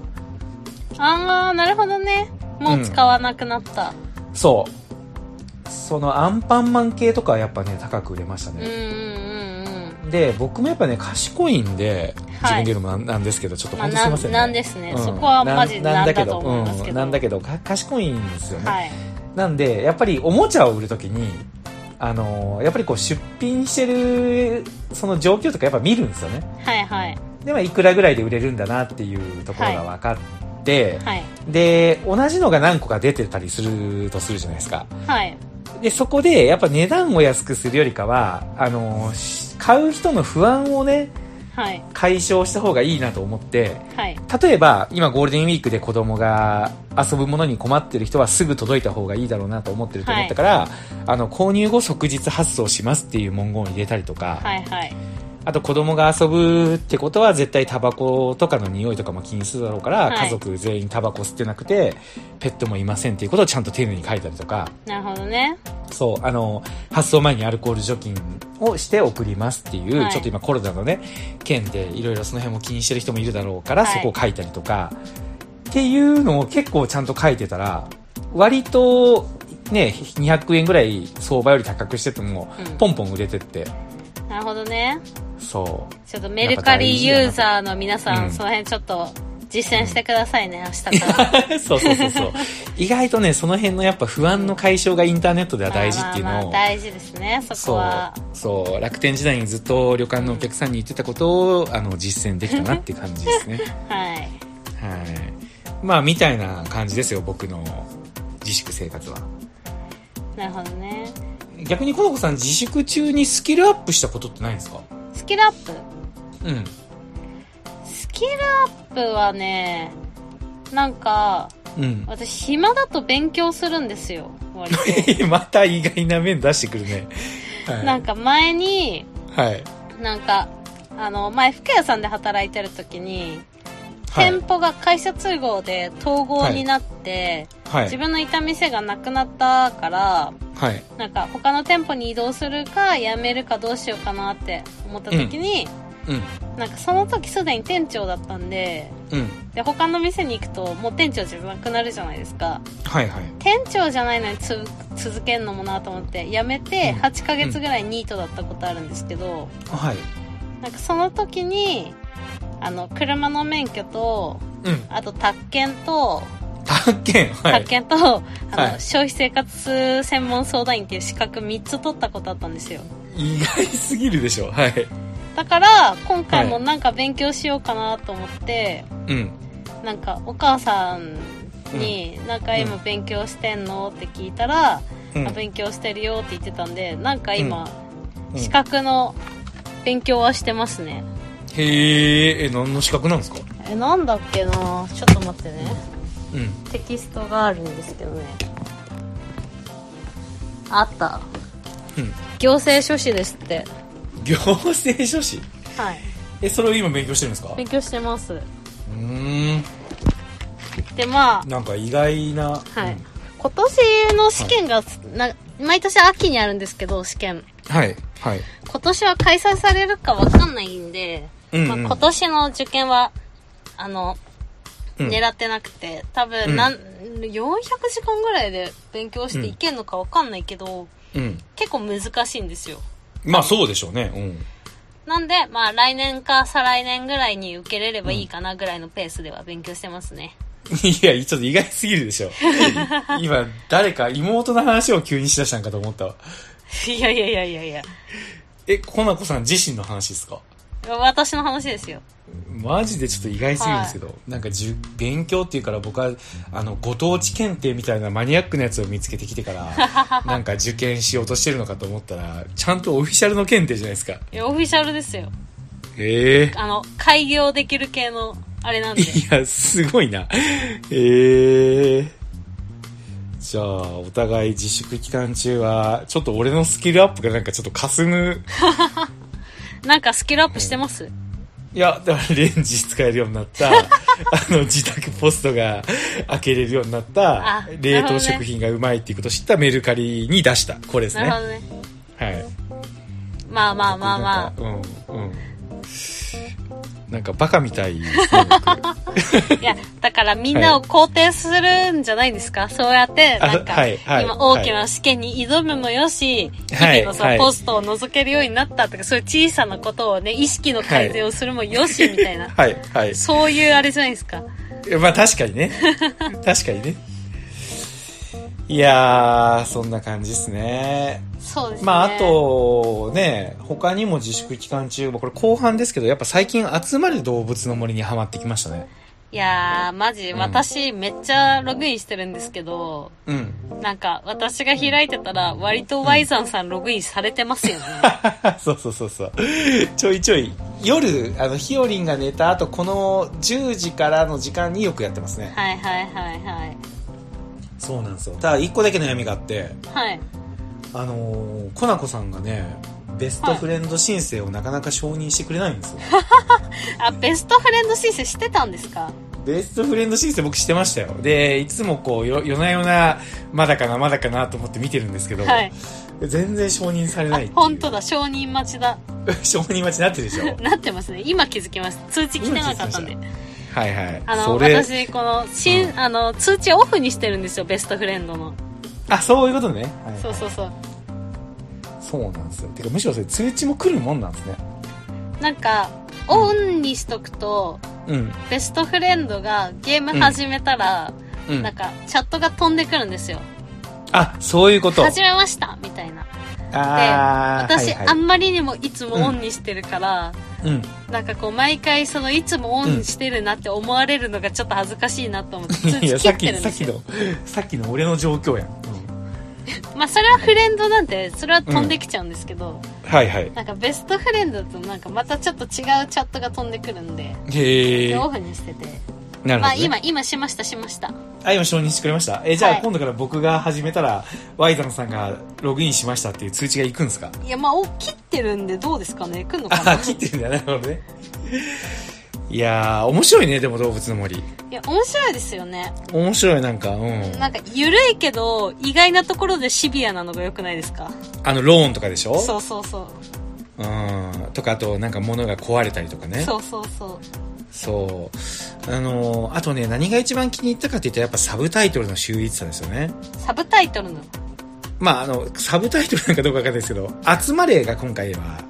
[SPEAKER 2] あー、なるほどね。もう使わなくなった。
[SPEAKER 1] そう。そのアンパンマン系とかはやっぱね、高く売れました
[SPEAKER 2] うんうん
[SPEAKER 1] ね。
[SPEAKER 2] うんうん。
[SPEAKER 1] で、僕もやっぱね、賢いんで、自
[SPEAKER 2] はい
[SPEAKER 1] 分で言うのもなんなんですけど、ちょっと
[SPEAKER 2] まあ
[SPEAKER 1] 本当すいませんね。
[SPEAKER 2] なんなんですね
[SPEAKER 1] うん
[SPEAKER 2] そこはマジでなんだと思いますけど
[SPEAKER 1] うんなんだけど、か賢いんですよね。
[SPEAKER 2] はい。
[SPEAKER 1] なんで、やっぱりおもちゃを売るときに、あのーやっぱりこう出品してる、その状況とかやっぱ見るんですよね。
[SPEAKER 2] はいはい。
[SPEAKER 1] で、まあ、いくらぐらいで売れるんだなっていうところが分かって、
[SPEAKER 2] はい。
[SPEAKER 1] で、同じのが何個か出てたりするとするじゃないですか。
[SPEAKER 2] はい。
[SPEAKER 1] で、そこで、やっぱ値段を安くするよりかは、あのーし買う人の不安をね、
[SPEAKER 2] はい。
[SPEAKER 1] 解消した方がいいなと思って、
[SPEAKER 2] はい。
[SPEAKER 1] 例えば、今ゴールデンウィークで子供が遊ぶものに困ってる人はすぐ届いた方がいいだろうなと思ってると思ったから、あの、購入後即日発送しますっていう文言を入れたりとか、
[SPEAKER 2] はいはい。
[SPEAKER 1] あと子供が遊ぶってことは絶対タバコとかの匂いとかも気にするだろうから、
[SPEAKER 2] はい
[SPEAKER 1] 家族全員タバコ吸ってなくて、ペットもいませんっていうことをちゃんと丁寧に書いたりとか、
[SPEAKER 2] なるほどね。
[SPEAKER 1] そう、あの、発送前にアルコール除菌をして送りますっていう、
[SPEAKER 2] はい
[SPEAKER 1] ちょっと今コロナのね、件でいろいろその辺も気にしてる人もいるだろうから、
[SPEAKER 2] はい
[SPEAKER 1] そこを書いたりとか、っていうのを結構ちゃんと書いてたら、割と、ね、200円ぐらい相場より高くしてても
[SPEAKER 2] うん、
[SPEAKER 1] ポンポン売れてって、
[SPEAKER 2] なるほどね。
[SPEAKER 1] そう。
[SPEAKER 2] ちょっとメルカリユーザーの皆さん、
[SPEAKER 1] うん
[SPEAKER 2] その辺ちょっと実践してくださいね、明 日から。
[SPEAKER 1] そうそうそうそう。 意外とね、その辺のやっぱ不安の解消がインターネットでは大事っていう
[SPEAKER 2] まあまあま
[SPEAKER 1] の
[SPEAKER 2] あ
[SPEAKER 1] を、
[SPEAKER 2] 大事ですね、そこ
[SPEAKER 1] そう
[SPEAKER 2] は。、
[SPEAKER 1] そう、楽天時代にずっと旅館のお客さんに言ってたことを、あの、実践できたなっていう感じですね。
[SPEAKER 2] はい。
[SPEAKER 1] はい。まあ、みたいな感じですよ、僕の自粛生活は。
[SPEAKER 2] なるほどね。
[SPEAKER 1] 逆に、この子さん、自粛中にスキルアップしたことってないんですか
[SPEAKER 2] スキルアップ
[SPEAKER 1] うん。
[SPEAKER 2] スキルアップはね、なんか、
[SPEAKER 1] うん。
[SPEAKER 2] 私暇だと勉強するんですよ、割 と。
[SPEAKER 1] また意外な面出してくるね。 はい。
[SPEAKER 2] なんか前に、
[SPEAKER 1] はい。
[SPEAKER 2] なんか、あの、前服屋さんで働いてる時に、
[SPEAKER 1] はい
[SPEAKER 2] 店舗が会社通合で統合になって、
[SPEAKER 1] は
[SPEAKER 2] 自
[SPEAKER 1] い。
[SPEAKER 2] 分のいた店がなくなったから、
[SPEAKER 1] はい。
[SPEAKER 2] なんか他の店舗に移動するか辞めるかどうしようかなって思った時に、
[SPEAKER 1] うん
[SPEAKER 2] なんかその時すでに店長だったんで
[SPEAKER 1] うん
[SPEAKER 2] で他の店に行くともう店長じゃなくなるじゃないですか
[SPEAKER 1] はいはい
[SPEAKER 2] 店長じゃないのにつ続けんのもなと思って辞めて
[SPEAKER 1] うん
[SPEAKER 2] 8ヶ月ぐらいニートだったことあるんですけど、
[SPEAKER 1] はい
[SPEAKER 2] なんかその時にあの車の免許と
[SPEAKER 1] うん
[SPEAKER 2] あと宅建と
[SPEAKER 1] 発見はい
[SPEAKER 2] 宅建と、あの
[SPEAKER 1] はい
[SPEAKER 2] 消費生活専門相談員っていう資格3つ取ったことあったんですよ
[SPEAKER 1] 意外すぎるでしょはい
[SPEAKER 2] だから今回も
[SPEAKER 1] はい
[SPEAKER 2] なんか勉強しようかなと思って、
[SPEAKER 1] うん
[SPEAKER 2] なんかお母さんに「なんか今勉強してんの?」って聞いたら「
[SPEAKER 1] うん
[SPEAKER 2] あ勉強してるよ」って言ってたんでなんか今、
[SPEAKER 1] うん
[SPEAKER 2] 資格の勉強はしてますね
[SPEAKER 1] へええ何の資格なんですか
[SPEAKER 2] えなんだっけなちょっと待ってね
[SPEAKER 1] うん
[SPEAKER 2] テキストがあるんですけどねあった
[SPEAKER 1] うん
[SPEAKER 2] 行政書士ですって
[SPEAKER 1] 行政書士
[SPEAKER 2] はい
[SPEAKER 1] えそれを今勉強してるんですか
[SPEAKER 2] 勉強してます
[SPEAKER 1] うーん
[SPEAKER 2] でまあ
[SPEAKER 1] なんか意外な
[SPEAKER 2] はい、
[SPEAKER 1] うん
[SPEAKER 2] 今年の試験が、な毎年秋にあるんですけど試験
[SPEAKER 1] はいはい
[SPEAKER 2] 今年は開催されるかわかんないんで、
[SPEAKER 1] うんうん
[SPEAKER 2] まあ、今年の受験はあの、
[SPEAKER 1] うん
[SPEAKER 2] 狙ってなくて多
[SPEAKER 1] うん
[SPEAKER 2] 分なん、400時間ぐらいで勉強していけるのかわかんないけど、
[SPEAKER 1] うん
[SPEAKER 2] 結構難しいんですよ
[SPEAKER 1] まあそうでしょうねうん
[SPEAKER 2] なんで、まあ来年か再来年ぐらいに受けれればいいかなぐらいのペースでは勉強してますね。
[SPEAKER 1] いや、ちょっと意外すぎるでし ょ。今、誰か妹の話を急にしだしたんかと思ったわ。
[SPEAKER 2] いやいやいやいやいや。
[SPEAKER 1] え、コナコさん自身の話ですか
[SPEAKER 2] 私の話ですよ。
[SPEAKER 1] マジでちょっと意外すぎるんですけど、なんかじゅ勉強っていうから僕は、あの、ご当地検定みたいなマニアックなやつを見つけてきてから、なんか受験しようとしてるのかと思ったら、ちゃんとオフィシャルの検定じゃないですか。
[SPEAKER 2] いやオフィシャルですよ。
[SPEAKER 1] ええ
[SPEAKER 2] あの、開業できる系の、あれなん で。
[SPEAKER 1] いや、すごいな。ええじゃあ、お互い自粛期間中は、ちょっと俺のスキルアップがなんかちょっと霞む。
[SPEAKER 2] なんかスキルアップしてます、
[SPEAKER 1] いや、だからレンジ使えるようにな った、あの、自宅ポストが開けれるようになった
[SPEAKER 2] あ、
[SPEAKER 1] 冷
[SPEAKER 2] なるほど
[SPEAKER 1] 凍
[SPEAKER 2] ね
[SPEAKER 1] 食品がうまいっていうことを知ったメルカリに出した。これです
[SPEAKER 2] な
[SPEAKER 1] ね。
[SPEAKER 2] る
[SPEAKER 1] は
[SPEAKER 2] ほどね。
[SPEAKER 1] い。
[SPEAKER 2] まあまあまあま
[SPEAKER 1] なんかうん、うん。なんかバカみたいですね 僕
[SPEAKER 2] あ。いや、だからみんなを肯定するんじゃないですか、そうやって、なんか、
[SPEAKER 1] あはいはい
[SPEAKER 2] 今大きな試験に挑むもよし、
[SPEAKER 1] はい
[SPEAKER 2] 日々のさ、
[SPEAKER 1] はい
[SPEAKER 2] ポストを覗けるようになったとか、そういう小さなことをね、意識の改善をするもよし、みたいな。
[SPEAKER 1] はい、はい。
[SPEAKER 2] そういうあれじゃないですか。
[SPEAKER 1] まあ確かにね。 確かにね。いやー、そんな感じですね。
[SPEAKER 2] そうですね。
[SPEAKER 1] まああ、と、ね、他にも自粛期間中、これ後半ですけど、やっぱ最近集まる動物の森にハマってきましたね。
[SPEAKER 2] いやー、マジ、
[SPEAKER 1] ん
[SPEAKER 2] 私、めっちゃログインしてるんですけど、
[SPEAKER 1] うん。
[SPEAKER 2] なんか、私が開いてたら、割とワイザンさんログインされてます よね。
[SPEAKER 1] そうそうそうそう。ちょいちょい、夜、あの、ひよりんが寝た後、この10時からの時間によくやってますね。
[SPEAKER 2] はいはいはいはい。
[SPEAKER 1] そうなんですよ。ただ、一個だけ悩みがあって、
[SPEAKER 2] はい。
[SPEAKER 1] あのー、コナコさんがね、ベストフレンド申請をなかなか承認してくれないんですよ。
[SPEAKER 2] あ、ベストフレンド申請してたんですか
[SPEAKER 1] ベストフレンド申請僕してましたよ。で、いつもこう、よ夜な夜な、まだかな、まだかなと思って見てるんですけど、
[SPEAKER 2] はい。
[SPEAKER 1] 全然承認されないっていう。
[SPEAKER 2] 本当だ、承認待ちだ。
[SPEAKER 1] 承認待ちになってるでしょ
[SPEAKER 2] なってますね。今気づきました。通知来てなかったんで
[SPEAKER 1] 今。はいはい。
[SPEAKER 2] あの、
[SPEAKER 1] それ、
[SPEAKER 2] 私、この、し、
[SPEAKER 1] うん
[SPEAKER 2] あの、通知オフにしてるんですよ、ベストフレンドの。
[SPEAKER 1] あ、そういうことね。はいはい
[SPEAKER 2] そうそうそう。
[SPEAKER 1] そうなんですよ。てか、むしろそれ通知も来るもんなんですね。
[SPEAKER 2] なんか、オンにしとくと、
[SPEAKER 1] うん。
[SPEAKER 2] ベストフレンドがゲーム始めたら、
[SPEAKER 1] うん
[SPEAKER 2] なんか、チャットが飛んでくるんですよ。
[SPEAKER 1] あ、そういうこと。
[SPEAKER 2] 始めましたみたいな。
[SPEAKER 1] あー
[SPEAKER 2] 私、
[SPEAKER 1] はい
[SPEAKER 2] あ
[SPEAKER 1] はい
[SPEAKER 2] んまりにもいつもオンにしてるから、
[SPEAKER 1] うん。
[SPEAKER 2] なんかこう、毎回その、いつもオンしてるなって思われるのがちょっと恥ずかしいなと思って、通
[SPEAKER 1] いや、
[SPEAKER 2] 知
[SPEAKER 1] さ
[SPEAKER 2] 切
[SPEAKER 1] っき
[SPEAKER 2] って、るん
[SPEAKER 1] さ
[SPEAKER 2] で
[SPEAKER 1] っ
[SPEAKER 2] す
[SPEAKER 1] き
[SPEAKER 2] よ。
[SPEAKER 1] の、さっきの俺の状況やん。うん
[SPEAKER 2] まあ、それはフレンドなんて、それは飛んできちゃうんですけど、
[SPEAKER 1] はいはい。
[SPEAKER 2] なんかベストフレンドとなんかまたちょっと違うチャットが飛んでくるんで、
[SPEAKER 1] へえ。
[SPEAKER 2] オフにしてて。
[SPEAKER 1] なるほど、ね。
[SPEAKER 2] まあ、今、今しました、しました。
[SPEAKER 1] あ、今承認してくれましたえ、じゃあ、
[SPEAKER 2] はい
[SPEAKER 1] 今度から僕が始めたら、ワイザンさんがログインしましたっていう通知が行くんですか
[SPEAKER 2] いや、まあ、お切ってるんでどうですかね来んのかな
[SPEAKER 1] あ、切ってるんだよ、なるほどね。いやー、面白いね、でも動物の森。
[SPEAKER 2] いや、面白いですよね。
[SPEAKER 1] 面白い、なんか、うん。
[SPEAKER 2] なんか、ゆるいけど、意外なところでシビアなのが良くないですか
[SPEAKER 1] あの、ローンとかでしょ
[SPEAKER 2] そうそうそう。
[SPEAKER 1] うん。とかあとなんか物が壊れたりとかね
[SPEAKER 2] そうそうそう
[SPEAKER 1] そうあのあとね何が一番気に入ったかって言ったらやっぱサブタイトルの秀逸さですよね
[SPEAKER 2] サブタイトルの
[SPEAKER 1] まああのサブタイトルなんかどうかわかんないですけど「集まれ」が今回は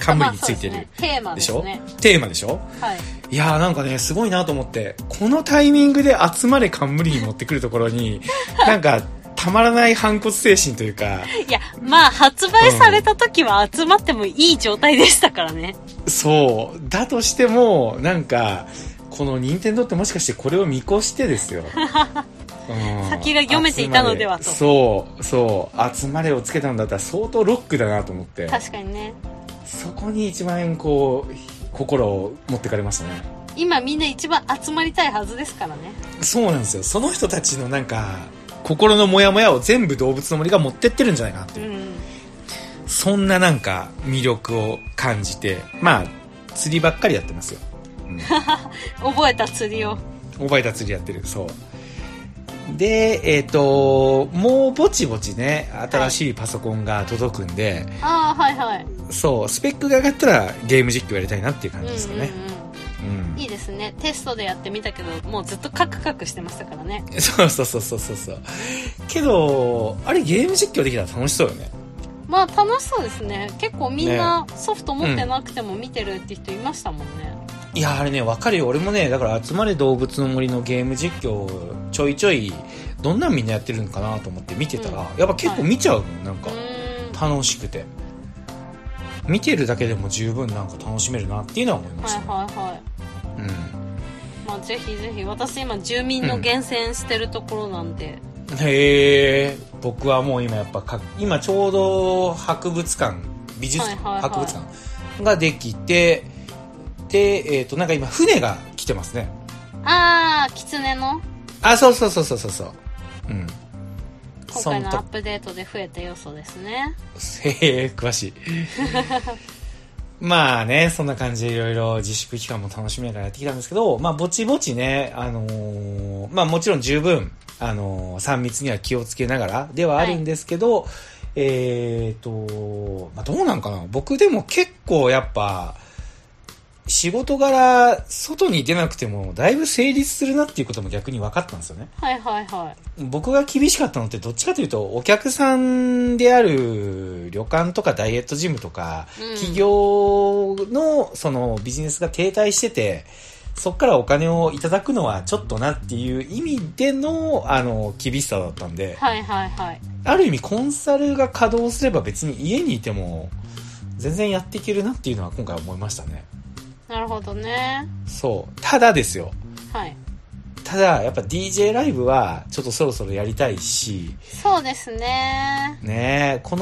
[SPEAKER 1] 冠についてる
[SPEAKER 2] まあそうですねテーマ
[SPEAKER 1] で
[SPEAKER 2] で
[SPEAKER 1] し
[SPEAKER 2] す
[SPEAKER 1] ょ、
[SPEAKER 2] ね
[SPEAKER 1] テーマでしょ
[SPEAKER 2] はい
[SPEAKER 1] いやーなんかねすごいなと思ってこのタイミングで「集まれ冠」に持ってくるところになんかたまらない反骨精神というか
[SPEAKER 2] いやまあ発売された時は集まってもいい状態でしたからね
[SPEAKER 1] そうだとしてもなんかこの任天堂ってもしかしてこれを見越してです よ、うん
[SPEAKER 2] 先が読めていたのではと
[SPEAKER 1] 集まれそうそう「集まれ」をつけたんだったら相当ロックだなと思って
[SPEAKER 2] 確かにね
[SPEAKER 1] そこに一番こう心を持ってかれましたね
[SPEAKER 2] 今みんな一番集まりたいはずですからね
[SPEAKER 1] そうなんですよその人たちのなんか心のモヤモヤを全部動物の森が持ってってるんじゃないかなって
[SPEAKER 2] う
[SPEAKER 1] いうんそんななんか魅力を感じてまあ釣りばっかりやってますよ、うん
[SPEAKER 2] 覚えた釣りを
[SPEAKER 1] 覚えた釣りやってるそうでえっ、ともうぼちぼちね新しいパソコンが届くんで、
[SPEAKER 2] ああはいはい
[SPEAKER 1] そうスペックが上がったらゲーム実況やりたいなっていう
[SPEAKER 2] う
[SPEAKER 1] 感
[SPEAKER 2] んう
[SPEAKER 1] じ
[SPEAKER 2] ん
[SPEAKER 1] ですかね、
[SPEAKER 2] うんいいですねテストでやってみたけどもうずっとカクカクしてましたからね
[SPEAKER 1] うん、そうそうそうそうそうそうけどあれゲーム実況できたら楽しそうよね
[SPEAKER 2] まあ楽しそうですね結構みんなソフト持ってなくても見てるって人いましたもんね
[SPEAKER 1] いやあれねわかるよ俺もねだから「集まれ動物の森」のゲーム実況をちょいちょいどんなんみんなやってるのかなと思って見てたら、
[SPEAKER 2] う
[SPEAKER 1] やっぱ結構見ちゃうもんなんか、
[SPEAKER 2] うーん
[SPEAKER 1] 楽しくて見てるだけでも十分なんか楽しめるなっていうのは思いま
[SPEAKER 2] はい
[SPEAKER 1] したね、
[SPEAKER 2] はいはいまあぜひぜひ私今住民の厳選してるところなんで、
[SPEAKER 1] うん、へえ僕はもう今やっぱか今ちょうど博物館美術館、
[SPEAKER 2] はいはいはい
[SPEAKER 1] 博物館ができてでえっ、となんか今船が来てますね
[SPEAKER 2] ああ狐の
[SPEAKER 1] あそうそうそうそうそうそううん
[SPEAKER 2] 今回のア
[SPEAKER 1] そ
[SPEAKER 2] ッ
[SPEAKER 1] んと
[SPEAKER 2] プデートで増えた要素ですね
[SPEAKER 1] へえ詳しいまあねそんな感じでいろいろ自粛期間も楽しみながらやってきたんですけどまあぼちぼちねあのーまあもちろん十分あのー、3密には気をつけながらではあるんですけど、えーと、まあ、どうなんかな僕でも結構やっぱ仕事柄外に出なくてもだいぶ成立するなっていうことも逆に分かったんですよね
[SPEAKER 2] はいはいはい
[SPEAKER 1] 僕が厳しかったのってどっちかというとお客さんである旅館とかダイエットジムとか、
[SPEAKER 2] うん
[SPEAKER 1] 企業のそのビジネスが停滞しててそこからお金をいただくのはちょっとなっていう意味でのあの厳しさだったんで
[SPEAKER 2] はいはいはい
[SPEAKER 1] ある意味コンサルが稼働すれば別に家にいても全然やっていけるなっていうのは今回思いましたね
[SPEAKER 2] なるほどね
[SPEAKER 1] そうただですよ
[SPEAKER 2] はい
[SPEAKER 1] ただやっぱ DJ ライブはちょっとそろそろやりたいし
[SPEAKER 2] そうですね
[SPEAKER 1] ねえこ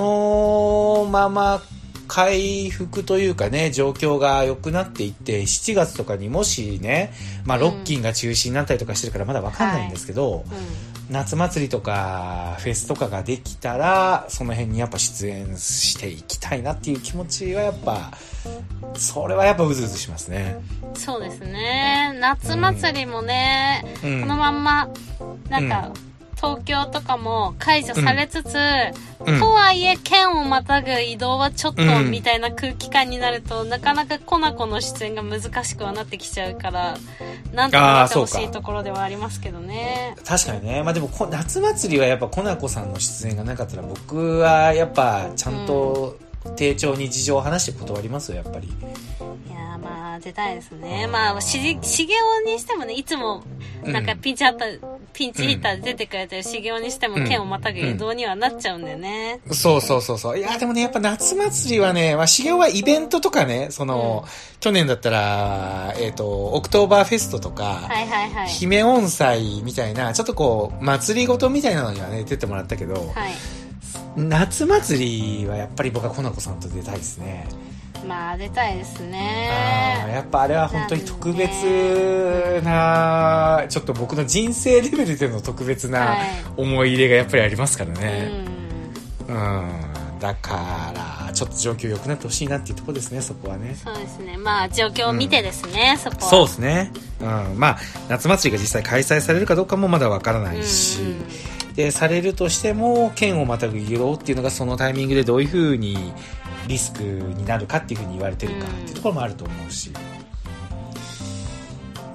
[SPEAKER 1] のまま回復というかね状況が良くなっていって7月とかにもしね、まあ、
[SPEAKER 2] うん
[SPEAKER 1] ロッキンが中止になったりとかしてるからまだ分かんないんですけど、
[SPEAKER 2] うん
[SPEAKER 1] 夏祭りとかフェスとかができたらその辺にやっぱ出演していきたいなっていう気持ちはやっぱそれはやっぱうずうずしますね。
[SPEAKER 2] そうですね夏祭りもね、
[SPEAKER 1] うん
[SPEAKER 2] このまんまなんか、東京とかも解除されつつ、
[SPEAKER 1] うん
[SPEAKER 2] とはいえ県をまたぐ移動はちょっと
[SPEAKER 1] うん
[SPEAKER 2] みたいな空気感になると、なかなかコナコの出演が難しくはなってきちゃうからなんとかなってほし
[SPEAKER 1] あーそう
[SPEAKER 2] い
[SPEAKER 1] か
[SPEAKER 2] ところではありますけどね
[SPEAKER 1] 確かにね、まあ、でもこ夏祭りはやっぱコナコさんの出演がなかったら僕はやっぱちゃんと丁重に事情を話して断りますよやっぱり
[SPEAKER 2] いやーまあ出たいですねまあしげしげおにしてもねいつもなんか
[SPEAKER 1] うん
[SPEAKER 2] ピンチあった、ピンチヒッターで出てくれてるしげおにしても
[SPEAKER 1] うん
[SPEAKER 2] 県をまたぐ移動にはなっちゃうんだよね、
[SPEAKER 1] そうそうそうそういやでもねやっぱ夏祭りはね、まあ、茂雄はイベントとかねその、去年だったらえっ、とオクトーバーフェストとか、
[SPEAKER 2] はいはいはい
[SPEAKER 1] 姫音祭みたいなちょっとこう祭りごとみたいなのにはね出てもらったけど、
[SPEAKER 2] はい
[SPEAKER 1] 夏祭りはやっぱり僕はコナコさんと出たいですね
[SPEAKER 2] まあ出たいです
[SPEAKER 1] あー
[SPEAKER 2] ね
[SPEAKER 1] やっぱあれは本当に特別な、ちょっと僕の人生レベルでの特別な
[SPEAKER 2] はい
[SPEAKER 1] 思い入れがやっぱりありますから
[SPEAKER 2] う
[SPEAKER 1] ね、
[SPEAKER 2] ん
[SPEAKER 1] うんだからちょっと状況良くなってほしいなっていうところですねそこはね
[SPEAKER 2] そうですねまあ状況を見てですね、そこは
[SPEAKER 1] そうですね、うん、まあ夏祭りが実際開催されるかどうかもまだわからないし、
[SPEAKER 2] うん
[SPEAKER 1] でされるとしても県をまたぐ移動っていうのがそのタイミングでどういうふうにリスクになるかっていうふうに言われてるかっていうところもあると思うし、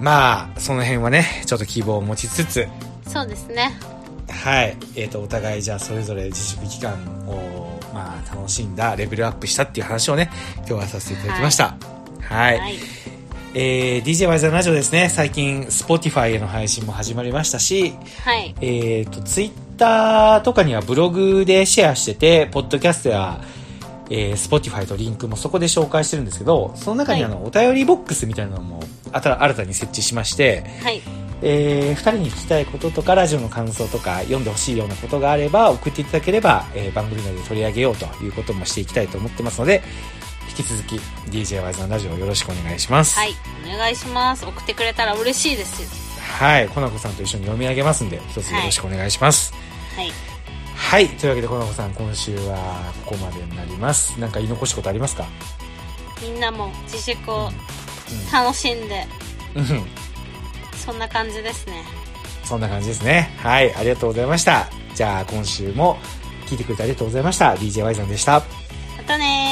[SPEAKER 1] まあその辺はねちょっと希望を持ちつつ
[SPEAKER 2] そうですね。
[SPEAKER 1] はい、えー、とお互いじゃあそれぞれ自粛期間を、まあ、楽しんだレベルアップしたっていう話をね今日はさせていただきましたはい、
[SPEAKER 2] はい。
[SPEAKER 1] えー、DJ ワイザーラジオですね最近 Spotify への配信も始まりましたし
[SPEAKER 2] はい。
[SPEAKER 1] えー、と Twitter とかにはブログでシェアしててポッドキャストやえー、Spotify とリンクもそこで紹介してるんですけどその中にあの、お便りボックスみたいなのもあた新たに設置しまして、
[SPEAKER 2] はい。
[SPEAKER 1] えー、2人に聞きたいこととかラジオの感想とか読んでほしいようなことがあれば送っていただければ、えー番組内で取り上げようということもしていきたいと思ってますので引き続き d j ワイズのラジオよろしくお願いします
[SPEAKER 2] はい。お願いします。送ってくれたら嬉しいですよ。
[SPEAKER 1] はいコナコさんと一緒に読み上げますんで一つよろしくお願いします
[SPEAKER 2] はい。
[SPEAKER 1] はい、というわけでコナコさん今週はここまでになりますなんか言い残したことありますか
[SPEAKER 2] みんなも自粛を楽しんで、
[SPEAKER 1] うんうん
[SPEAKER 2] そんな感じですね。
[SPEAKER 1] そんな感じですねはいありがとうございましたじゃあ今週も聞いてくれてありがとうございました d j ワイズでした
[SPEAKER 2] またねー。